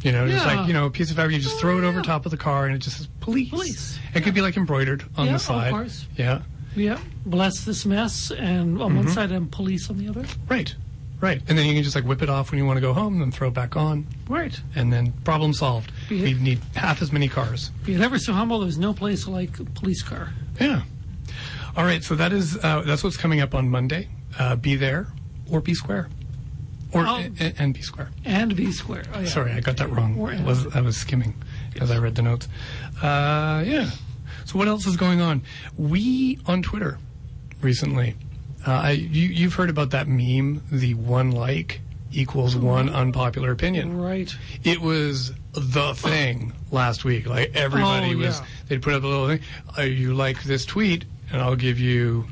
You know, just
Yeah.
like you know, a piece of fabric you just throw it over
yeah.
top of the car, and it just says police.
Police.
It could be like embroidered on
Yeah,
the
of
side.
course.
Yeah.
Yeah. Bless this mess, and on
Mm-hmm.
one side and police on the other.
Right. Right. And then you can just like whip it off when you want to go home, then throw it back on,
Right.
and then problem solved.
Yeah.
We need half as many cars.
Be it ever so humble, there's no place like a police car.
Yeah. All right. So that is uh, that's what's coming up on Monday. Uh, be there or be square, or
Oh.
a- a- and be square.
And B square. Oh, yeah.
Sorry, I got that wrong.
Or-
I was, I was skimming as I read the notes. Uh, yeah. So what else is going on? We on Twitter recently. Uh, I, you, you've heard about that meme, the one like equals
Mm-hmm.
one unpopular opinion.
Right.
It was the thing last week. Like everybody
Oh,
was,
yeah.
they'd put up a little thing. Uh, you like this tweet, and I'll give you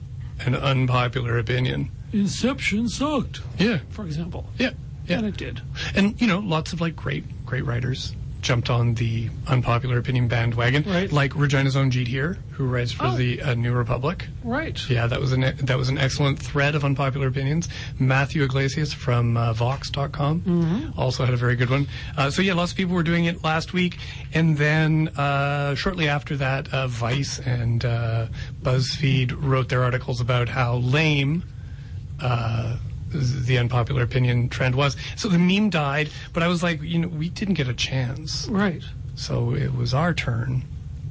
an unpopular opinion.
Inception sucked,
Yeah,
for example.
yeah, yeah.
And it did.
And you know, lots of like great, great writers jumped on the unpopular opinion bandwagon,
Right.
like Regina's own Jeet here, who writes for
Oh.
the uh, New Republic.
Right.
Yeah, that was an that was an excellent thread of unpopular opinions. Matthew Iglesias from uh, Vox.com also had a very good one. Uh, so yeah, lots of people were doing it last week, and then uh, shortly after that, uh, Vice and uh, BuzzFeed wrote their articles about how lame uh, the unpopular opinion trend was. So the meme died, but I was like, you know, we didn't get a chance,
Right.
so it was our turn.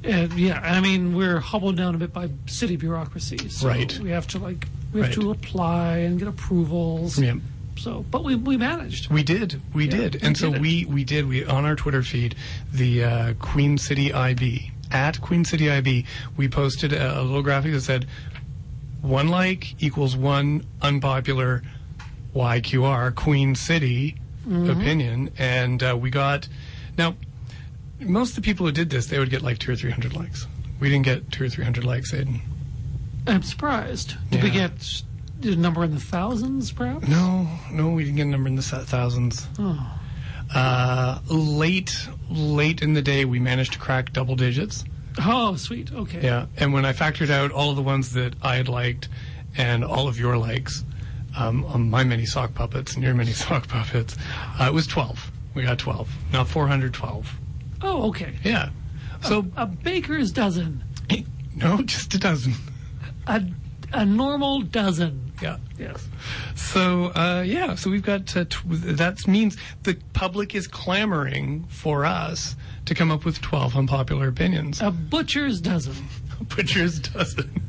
And Uh, yeah, and I mean we're hobbled down a bit by city bureaucracy. So
Right.
We have to like we have
Right.
to apply and get approvals.
Yeah.
So, but we we managed.
We did, we did, and
we
so
did it.
we we did. We on our Twitter feed, the uh, Queen City IB at Queen City IB, we posted a, a little graphic that said, "One like equals one unpopular YQR Queen City
Mm-hmm.
opinion," and uh, we got now. Most of the people who did this, they would get like two or three hundred likes. We didn't get two or three hundred likes, Aiden.
I'm surprised. Did we
Yeah.
get a number in the thousands, perhaps?
No, no, we didn't get a number in the thou- thousands.
Oh.
Uh, late, late in the day, we managed to crack double digits.
Oh, sweet. Okay.
Yeah, and when I factored out all of the ones that I had liked and all of your likes um, on my mini sock puppets and your mini sock puppets, uh, it was 12. We got 12, not 412.
Oh, okay.
Yeah. So,
A baker's dozen.
no, just a dozen.
A a normal dozen.
Yeah.
Yes.
So, uh, yeah, so we've got, uh, tw- that means the public is clamoring for us to come up with 12 unpopular opinions.
A butcher's dozen.
Butcher's dozen.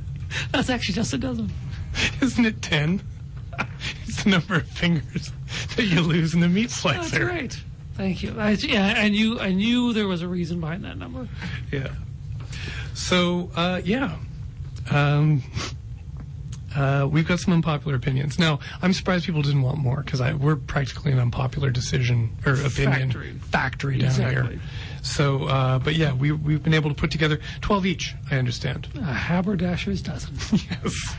That's actually just a dozen.
Isn't it 10? It's the number of fingers that you lose in the meat
Oh, That's
slicer.
great. Thank you. I, yeah, I knew I knew there was a reason behind that number.
Yeah. So, uh, yeah. Um, uh, we've got some unpopular opinions. Now, I'm surprised people didn't want more because we're practically an unpopular decision or opinion
Factory.
factory down
Exactly.
here. So, uh, but yeah, we, we've been able to put together 12 each, I understand.
A haberdasher's dozen. yes.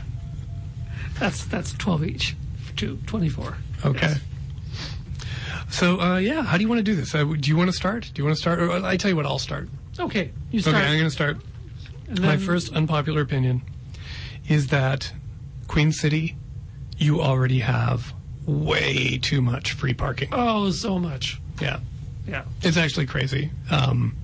That's that's twelve each. for Two, 24.
Okay. So, uh, yeah, how do you want to do this? Uh, do you want to start? Do you want to start? Or, uh, I tell you what, I'll start.
Okay, you start.
Okay, I'm going to start.
and
My
then-
first unpopular opinion is that Queen City, you already have way too much free parking.
Oh, so much.
Yeah,
Yeah.
it's actually crazy. Um,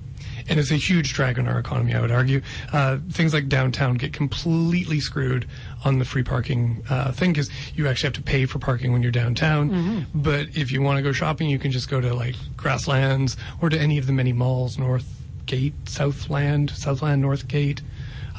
and it's a huge drag on our economy, I would argue. Uh, things like downtown get completely screwed on the free parking uh, thing because you actually have to pay for parking when you're downtown. But if you want to go shopping, you can just go to like Grasslands or to any of the many malls, North Gate, Southland, Southland, North Gate.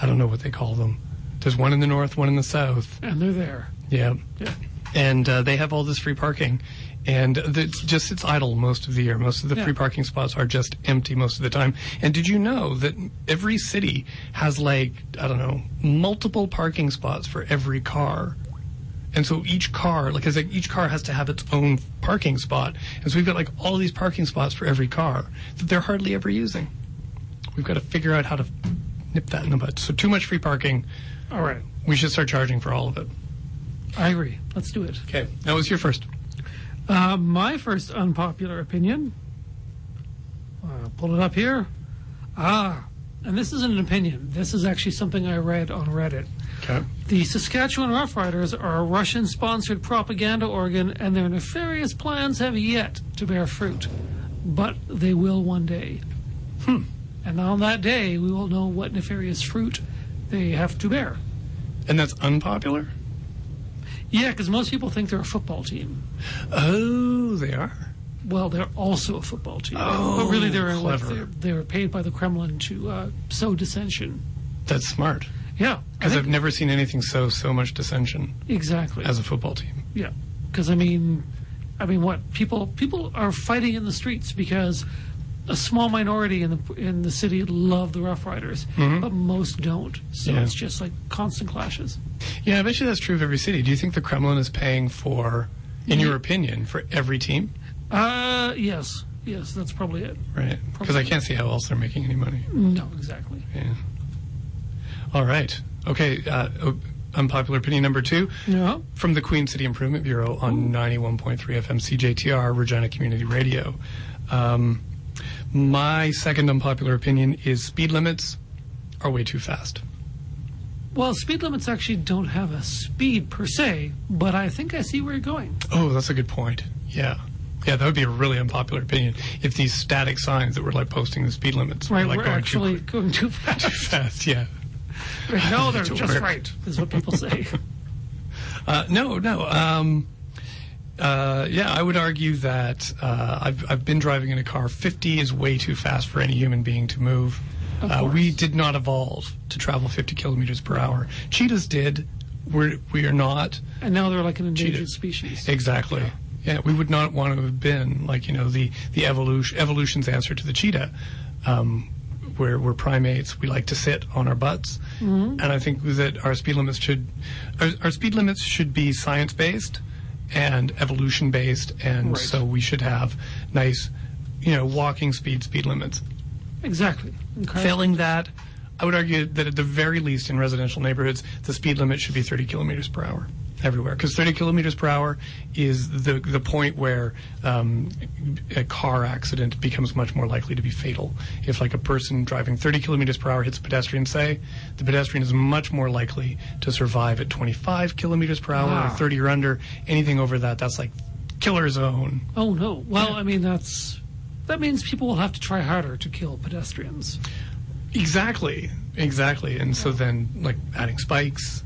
I don't know what they call them. There's one in the north, one in the south.
And they're there.
Yeah.
Yeah.
And uh, they have all this free parking. And th- it's just it's idle most of the year. Most of the
Yeah.
free parking spots are just empty most of the time. And did you know that every city has like I don't know multiple parking spots for every car, and so each car like it's like each car has to have its own parking spot. And so we've got like all these parking spots for every car that they're hardly ever using. We've got to figure out how to nip that in the bud. So too much free parking.
All right.
We should start charging for all of it.
I agree. Let's do it.
Okay, that was your first.
Uh, my first unpopular opinion. Uh, pull it up here. Ah, and this isn't an opinion. This is actually something I read on Reddit.
Okay.
The Saskatchewan Roughriders are a Russian sponsored propaganda organ, and their nefarious plans have yet to bear fruit. But they will one day. Hmm. And on that day, we will know what nefarious fruit they have to bear.
And that's unpopular?
Yeah, because most people think they're a football team.
Oh, they are.
Well, they're also a football team.
Oh,
but really, they're, like,
clever.
they're, they're paid by the Kremlin to uh, sow dissension.
That's smart.
Yeah. I
Because
think-
I've never seen anything so so much dissension
exactly.
as a football team.
Yeah, because I mean, I mean, what people people are fighting in the streets because a small minority in the in the city love the Rough Riders, but most don't. So
Mm-hmm. Yeah.
it's just like constant clashes.
Yeah, I bet you that's true of every city. Do you think the Kremlin is paying for, in your opinion, for every team?
Uh, yes, yes, that's probably it.
Right. Because I
Probably.
can't see how else they're making any money.
No, exactly.
Yeah. All right. Okay. Uh, o- unpopular opinion number two
No,
from the Queen City Improvement Bureau on 91.3 FM CJTR, Regina Community Radio. Um, my second unpopular opinion is speed limits are way too fast.
well, speed limits actually don't have a speed per se, but I think I see where you're going.
Oh, that's a good point. Yeah. Yeah, that would be a really unpopular opinion if these static signs that were like posting the speed limits
Right,
were like
we're
going
actually
too
going too
quick-
fast.
too fast. Yeah.
no, they're
Don't
just
worry.
right, is what people say.
Uh, no, no. Um, uh, yeah, I would argue that uh, I've, I've been driving in a car. 50 is way too fast for any human being to move. Uh, we
course.
did not evolve to travel 50 kilometers per hour. Cheetahs did. We're, we are not.
and now they're like an endangered
Cheetah.
species.
Exactly. Yeah. we would not want to have been like, you know, the, the evolution, evolution's answer to the cheetah. Um, we're, we're primates. We like to sit on our butts. And I think that our speed limits should, our, our speed limits should be science based and evolution based. And
Right.
so we should have nice, you know, walking speed, speed limits.
Exactly. Incredible.
Failing that, I would argue that at the very least in residential neighborhoods, the speed limit should be 30 kilometers per hour everywhere. Because 30 kilometers per hour is the, the point where um, a car accident becomes much more likely to be fatal. If, like, a person driving 30 kilometers per hour hits a pedestrian, say, the pedestrian is much more likely to survive at 25 kilometers per hour
Wow.
or 30 or under. Anything over that, that's like killer zone.
Oh no. Well, I mean that's that means people will have to try harder to kill pedestrians.
Exactly. Exactly. And so then, like, adding spikes.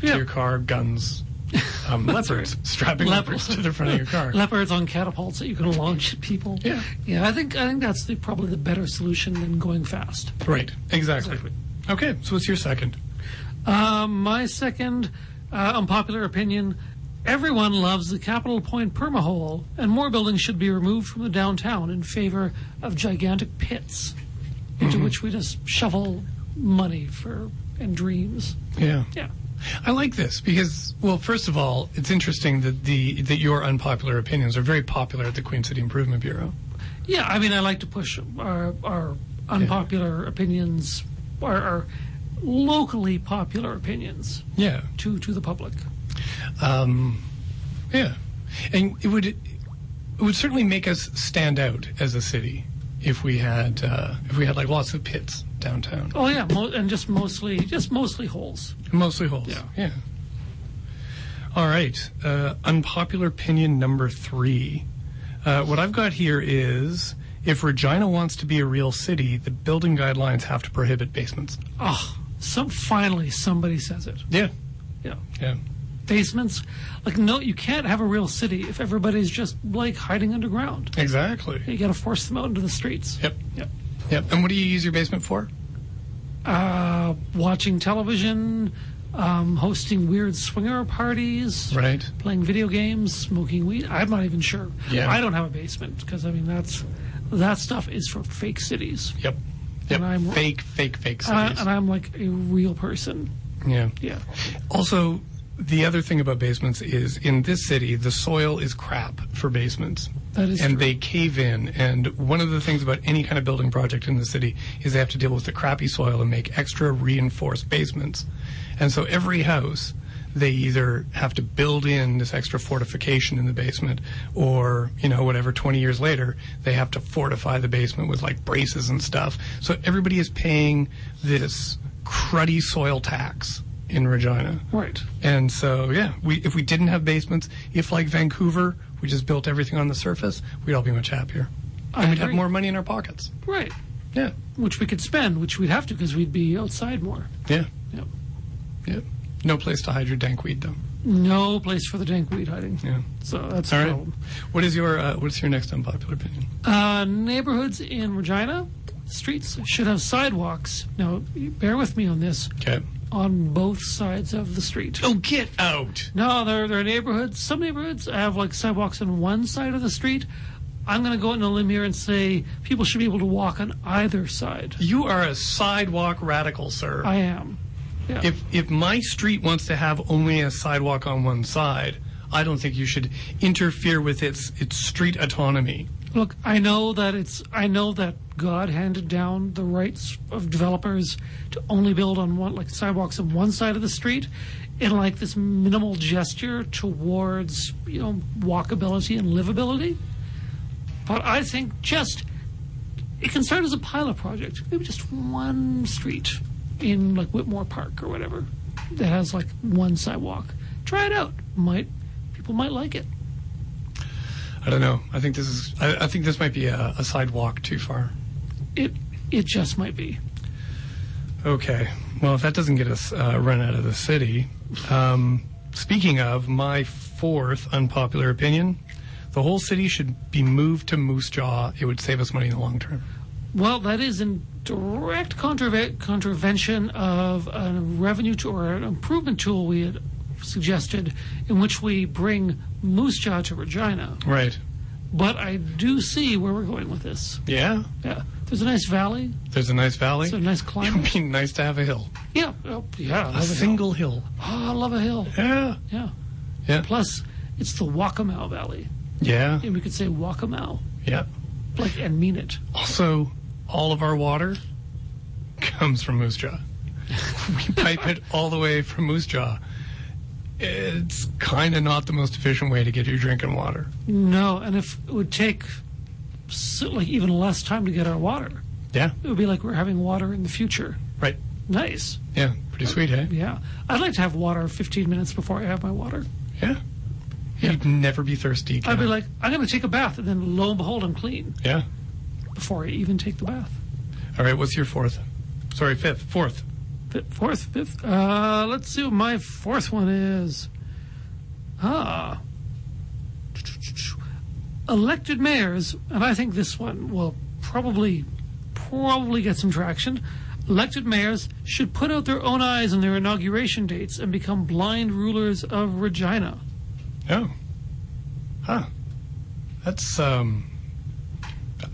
Yeah.
to your car, guns, um, leopards, strapping leopards to the front of your car.
Leopards on catapults that you can launch at people.
Yeah.
Yeah, I think I think that's the, probably the better solution than going fast.
right, exactly. Okay, so what's your second?
Um, my second uh, unpopular opinion everyone loves the Capitol Point permahole, and more buildings should be removed from the downtown in favor of gigantic pits into which we just shovel money for and dreams.
Yeah.
Yeah.
I like this because, well, first of all, it's interesting that the that your unpopular opinions are very popular at the Queen City Improvement Bureau.
Yeah, I mean, I like to push our, our unpopular opinions, our, our locally popular opinions,
Yeah.
to, to the public.
Um, yeah, and it would it would certainly make us stand out as a city if we had uh, if we had like lots of pits downtown.
Oh yeah, mo- and just mostly just mostly holes.
Mostly holes. Yeah. Yeah. All right. Uh, unpopular opinion number three. Uh, what I've got here is if Regina wants to be a real city, the building guidelines have to prohibit basements.
Ah, some finally somebody says it.
Yeah.
Yeah.
Yeah.
basements. Like, no, you can't have a real city if everybody's just like hiding underground.
Exactly.
You got to force them out into the streets.
Yep.
Yep.
Yep. And what do you use your basement for?
Uh, watching television, um, hosting weird swinger parties,
Right.
playing video games, smoking weed. I'm not even sure.
Yeah.
I don't have a basement because I mean that's that stuff is for fake cities,
Yep.
And I'm-
Yep. Fake, fake, fake
And I-
cities.
and I'm like a real person.
yeah.
Yeah.
Also, the other thing about basements is in this city, the soil is crap for basements.
That is
and
true.
they cave in. And one of the things about any kind of building project in the city is they have to deal with the crappy soil and make extra reinforced basements. And so every house, they either have to build in this extra fortification in the basement or, you know, whatever, 20 years later, they have to fortify the basement with like braces and stuff. So everybody is paying this cruddy soil tax in Regina.
Right.
And so, yeah, we, if we didn't have basements, if like Vancouver, we just built everything on the surface, we'd all be much happier.
I
And we'd have
agree.
more money in our pockets.
Right.
Yeah.
which we could spend, which we'd have to because we'd be outside more.
Yeah.
Yep.
Yep. No place to hide your dankweed, though.
No place for the dankweed hiding.
Yeah.
So that's
All
a
right.
problem.
What is your uh, What's your next unpopular opinion?
Uh, neighborhoods in Regina, streets should have sidewalks. Now, bear with me on this.
Okay.
On both sides of the street.
Oh, get out!
No, there, there are neighborhoods. Some neighborhoods have like sidewalks on one side of the street. I'm going to go out on a limb here and say people should be able to walk on either side.
You are a sidewalk radical, sir.
I am. Yeah.
if if my street wants to have only a sidewalk on one side, I don't think you should interfere with its its street autonomy.
Look, I know that it's I know that God handed down the rights of developers to only build on one like sidewalks on one side of the street and like this minimal gesture towards, you know, walkability and livability. But I think just it can start as a pilot project, maybe just one street in like Whitmore Park or whatever that has like one sidewalk. Try it out. Might people might like it.
I don't know. I think this is. I, I think this might be a, a sidewalk too far.
It it just might be.
Okay. Well, if that doesn't get us uh, run out of the city, um, speaking of my fourth unpopular opinion, the whole city should be moved to Moose Jaw. It would save us money in the long term.
Well, that is in direct contrave- contravention of a revenue to or an improvement tool we had suggested, in which we bring Moose Jaw to Regina.
Right.
But I do see where we're going with this.
Yeah.
Yeah, there's a nice valley,
There's a nice valley.
there's a nice
it would
climate.
be nice to have a hill.
Yeah, oh, yeah, I
A
love a hill.
single hill.
Oh, I love a hill.
Yeah.
Yeah.
Yeah.
Plus, it's the Waccamaw Valley,
Yeah.
and we could say Waccamaw,
Yeah.
like, and mean it.
Also, all of our water comes from Moose Jaw. we pipe it all the way from Moose Jaw. It's kind of not the most efficient way to get your drinking water.
No, and if it would take so, like even less time to get our water.
Yeah.
It would be like we're having water in the future.
Right.
Nice.
Yeah. Pretty sweet, eh?
Yeah. I'd like to have water 15 minutes before I have my water.
Yeah. You'd never be thirsty.
I'd be
Ken.
like, I'm going to take a bath, and then lo and behold, I'm clean
yeah.
before I even take the bath.
All right. What's your fourth? Sorry, fifth. Fourth.
Fifth, fourth, fifth. Uh, let's see what my fourth one is. Ah. Elected mayors, and I think this one will probably, probably get some traction. Elected mayors should put out their own eyes on their inauguration dates and become blind rulers of Regina.
Oh. Huh. That's um.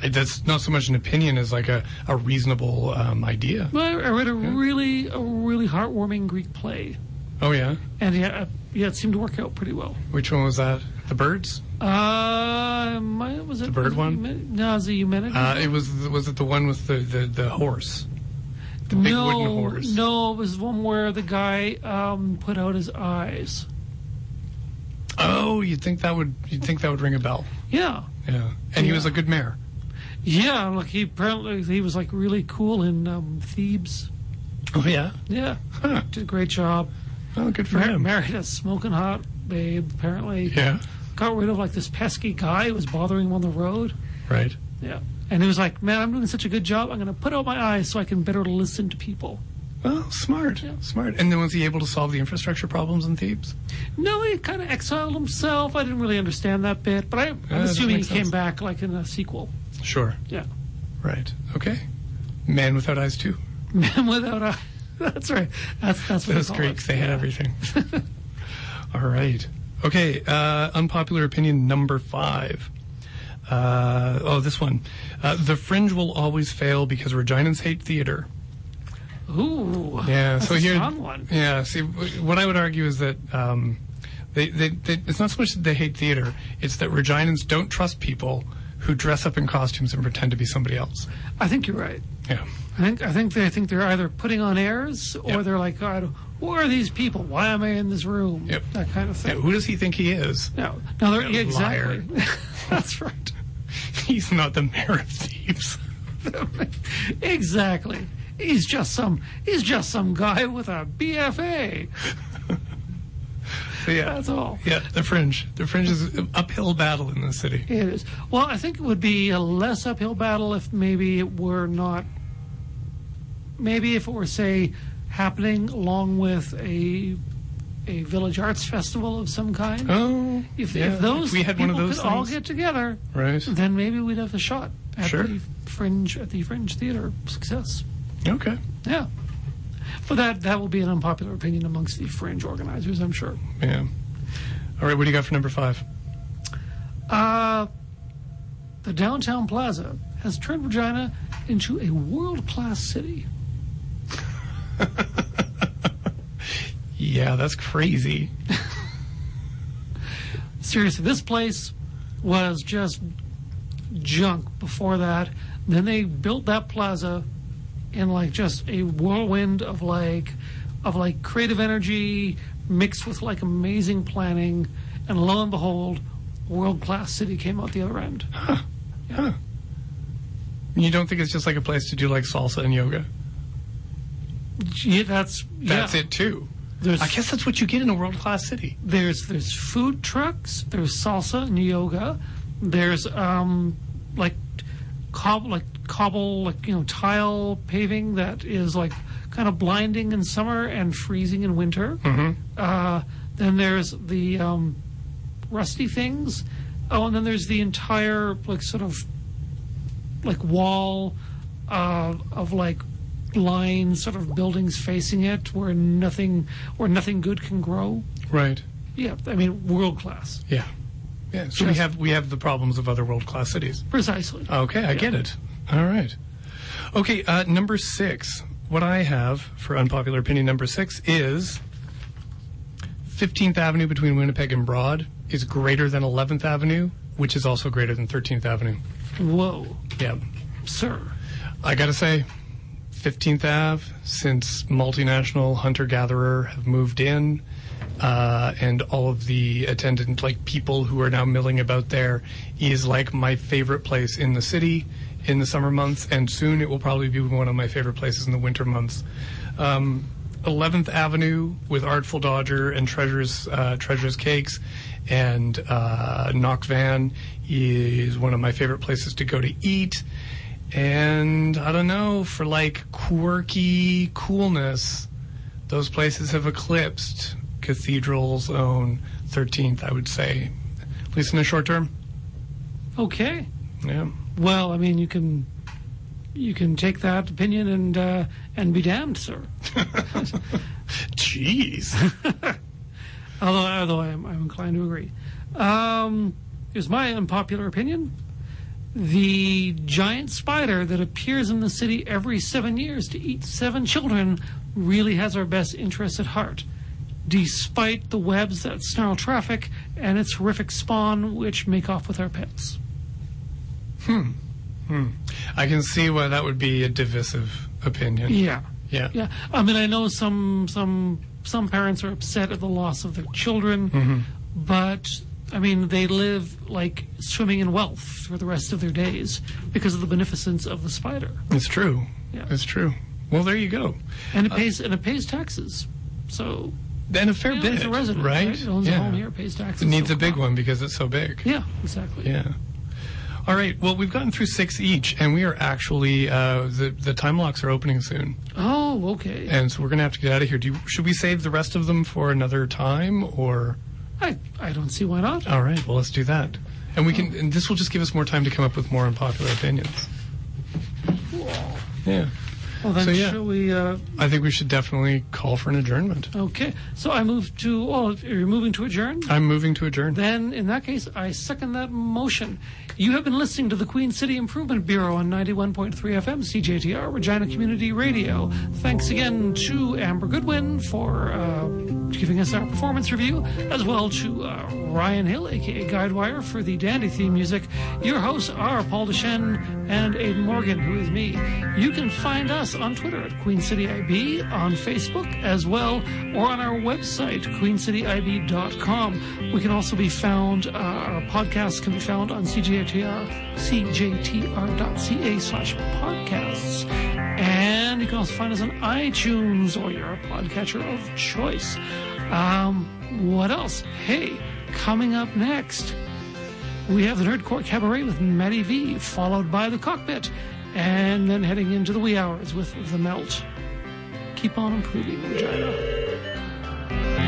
That's not so much an opinion as like a, a reasonable um, idea.
Well, I I read a really, a really heartwarming Greek play,
Oh yeah.
and yeah, uh, yeah, it seemed to work out pretty well.
Which one was that? The birds?
Uh, my, was it
The bird
was it
one?
Eumeni- No, it was a Eumenides.
Uh, it was was it the one with the the, the horse? The big
no,
wooden horse.
No, it was one where the guy um, put out his eyes.
Oh, you'd think that would you'd think that would ring a bell.
Yeah,
Yeah. And he was a good mayor.
yeah. Like he apparently he was like really cool in um, Thebes.
Oh yeah.
Yeah,
Huh.
did a great job.
Well, good for
Mar-
him.
married a smoking hot babe. Apparently,
yeah.
got rid of like this pesky guy who was bothering him on the road.
Right.
Yeah, and he was like, "Man, I'm doing such a good job. I'm going to put out my eyes so I can better listen to people."
Well, smart. Smart. And then was he able to solve the infrastructure problems in Thebes?
No, he kind of exiled himself. I didn't really understand that bit, but I, I'm
that
assuming he
makes
came
sense.
back like in a sequel.
Sure.
Yeah.
Right. Okay. Man without eyes too.
Man without a. That's right. That's that's what
Those
they call
Greeks,
It.
they had everything. All right. Okay. Uh, unpopular opinion number five. Uh, oh, this one. Uh, the Fringe will always fail because Reginans hate theater.
Ooh.
Yeah.
That's
so
a
here,
strong one.
yeah. See, w- what I would argue is that um, they, they, they, it's not so much that they hate theater; it's that Reginans don't trust people who dress up in costumes and pretend to be somebody else.
I think you're right.
Yeah.
I think I think they I think they're either putting on airs or
Yep.
they're like, God, who are these people? Why am I in this room?
Yep.
That kind of
yeah.
thing.
Who does he think he is?
No, no, they're yeah,
Liar.
exactly. that's right.
He's not the mayor of Thebes.
exactly. He's just some. He's just some guy with a BFA.
yeah.
That's all.
Yeah, the fringe. The fringe is an uphill battle in this city.
It is. Well, I think it would be a less uphill battle if maybe it were not. Maybe if it were, say, happening along with a a village arts festival of some kind.
Oh,
if,
yeah.
if those
we had one of
people
those
could all
things.
get together,
Right.
then maybe we'd have a shot at
Sure.
the fringe at the fringe theater success.
Okay.
Yeah. But that, that will be an unpopular opinion amongst the fringe organizers, I'm sure.
Yeah. All right. What do you got for number five?
Uh, the downtown plaza has turned Regina into a world class city.
Yeah, that's crazy.
Seriously, this place was just junk before that. Then they built that plaza in like just a whirlwind of like of like creative energy mixed with like amazing planning, and lo and behold, world class city came out the other end.
You don't think it's just like a place to do like salsa and yoga?
Gee, that's
That's
yeah.
it too.
There's,
I guess that's what you get in a world class city.
there's there's food trucks, there's salsa and yoga, there's um like cob like cobble like you know tile paving that is like kind of blinding in summer and freezing in winter. Uh, then there's the um, rusty things. Oh, and then there's the entire like sort of like wall uh, of like lines, sort of buildings facing it, where nothing where nothing good can grow.
Right.
Yeah, I mean world class,
Yeah. Yeah. So we
Just-
have we have the problems of other world class cities.
precisely.
Okay, I get it. All right. Okay, uh, number six. What I have for unpopular opinion number six is 15th Avenue between Winnipeg and Broad is greater than 11th Avenue, which is also greater than 13th Avenue.
Whoa,
Yeah.
sir.
I gotta say, 15th Ave, since multinational hunter gatherer have moved in, uh, and all of the attendant like people who are now milling about there, is like my favorite place in the city in the summer months, and soon it will probably be one of my favorite places in the winter months. Um, 11th Avenue with Artful Dodger and Treasures uh, Treasures Cakes and uh, Knock Van is one of my favorite places to go to eat. And I don't know, for like quirky coolness, those places have eclipsed Cathedral's own 13th, I would say, at least in the short term.
Okay.
Yeah.
Well, I mean you can you can take that opinion and uh, and be damned, sir.
Jeez.
Although, although I'm, I'm inclined to agree. Um, here's my unpopular opinion. The giant spider that appears in the city every seven years to eat seven children really has our best interests at heart, despite the webs that snarl traffic and its horrific spawn, which make off with our pets.
I can see why that would be a divisive opinion.
Yeah.
Yeah.
Yeah, I mean, I know some some some parents are upset at the loss of their children,
Mm-hmm.
but I mean, they live like swimming in wealth for the rest of their days because of the beneficence of the spider,
It's true.
Yeah.
It's true. Well, there you go.
and it pays and it pays taxes. So
Then Uh, a fair
you know,
bit,
it's a resident,
right?
It owns
yeah.
a home here, pays taxes.
It needs
so
a big
come on.
one because it's so big.
Yeah, exactly.
Yeah. All right. Well, we've gotten through six each, and we are actually uh, the the time locks are opening soon,
Oh, okay.
and so we're gonna have to get out of here. Do you, should we save the rest of them for another time, or
I I don't see why not.
all right? Well, let's do that, and we can. And this will just give us more time to come up with more unpopular opinions. Yeah.
Well, then
so, yeah.
shall we? Uh,
I think we should definitely call for an adjournment.
okay. So I move to. Well, you're moving to adjourn.
I'm moving to adjourn.
Then, in that case, I second that motion. You have been listening to the Queen City Improvement Bureau on 91.3 FM CJTR, Regina Community Radio. Thanks again to Amber Goodwin for uh, giving us our performance review, as well to uh, Ryan Hill, aka Guidewire, for the dandy theme music. Your hosts are Paul Deshen and Aidan Morgan, who is me. You can find us on Twitter at Queen City IB, on Facebook as well, or on our website, queencityib.com. We can also be found, uh, our podcast can be found on CJTR, cjtr.ca slash podcasts. And you can also find us on iTunes or your podcatcher of choice. Um, what else? Hey, coming up next, we have the Nerdcore Cabaret with Maddie V, followed by the Cockpit, and then heading into the wee hours with the Melt. Keep on improving, Regina.